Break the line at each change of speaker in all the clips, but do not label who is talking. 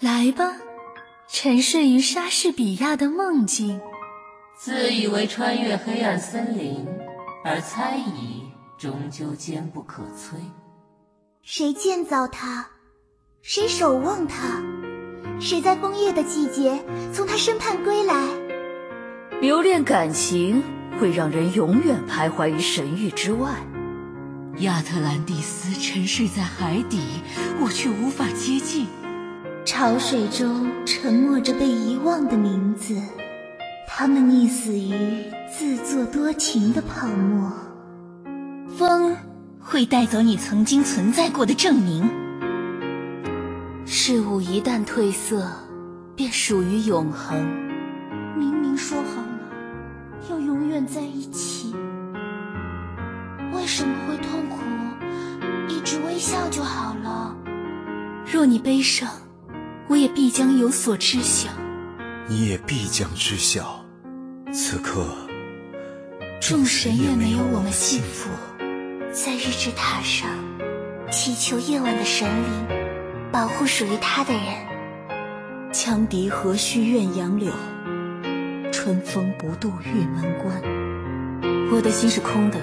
来吧，沉睡于莎士比亚的梦境。
自以为穿越黑暗森林，而猜疑终究坚不可摧。
谁建造它？谁守望它？谁在枫叶的季节从它身畔归来？
留恋感情会让人永远徘徊于神域之外。
亚特兰蒂斯沉睡在海底，我却无法接近。
潮水中沉默着被遗忘的名字，他们溺死于自作多情的泡沫。
风会带走你曾经存在过的证明。
事物一旦褪色，便属于永恒。
明明说好了要永远在一起，为什么会痛苦？一直微笑就好了。
若你悲伤。我也必将有所知晓，
你也必将知晓。此刻，
众神愿没有我们幸福。在日之塔上，祈求夜晚的神灵保护属于他的人。
羌笛何须怨杨柳，春风不度玉门关。
我的心是空的，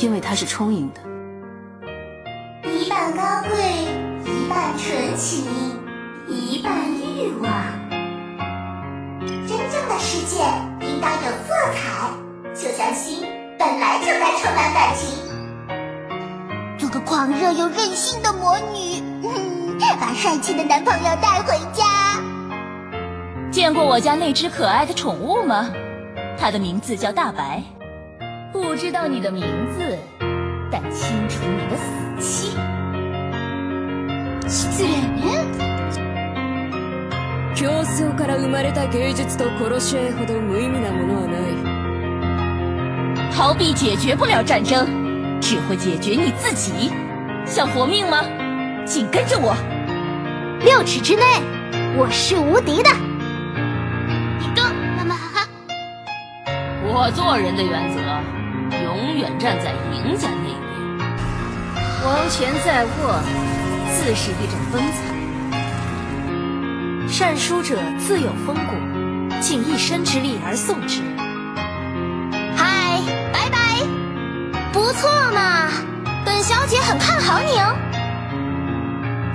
因为它是充盈的。
一半高贵，一半纯情。一半欲望，真正的世界应当有色彩，就像心本来就该充满感情。
做个狂热又任性的魔女，嗯，把帅气的男朋友带回家。
见过我家那只可爱的宠物吗？它的名字叫大白。不知道你的名字，但清楚你的死期。
失礼。
競争から生まれた芸術と殺し合いほど無意味なものはない
逃避解决不了战争只会解决你自己想活命吗请跟着我
六尺之内我是无敌的
你更妈妈哈哈
我做人的原则永远站在赢家那边
王权在握自是一种风采
善书者自有风骨，尽一身之力而送之。
嗨，拜拜，不错嘛，本小姐很看好你哦。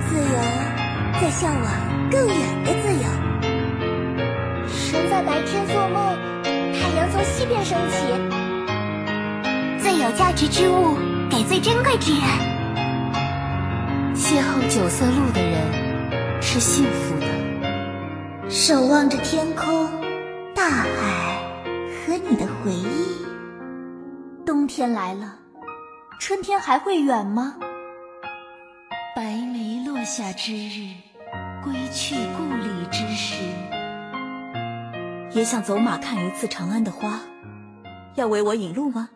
自由，在向往更远的自由。
神在白天做梦，太阳从西边升起。
最有价值之物给最珍贵之人。
邂逅九色鹿的人是幸福的。
守望着天空、大海和你的回忆。冬天来了，春天还会远吗？
白梅落下之日，归去故里之时，
也想走马看一次长安的花，要为我引路吗？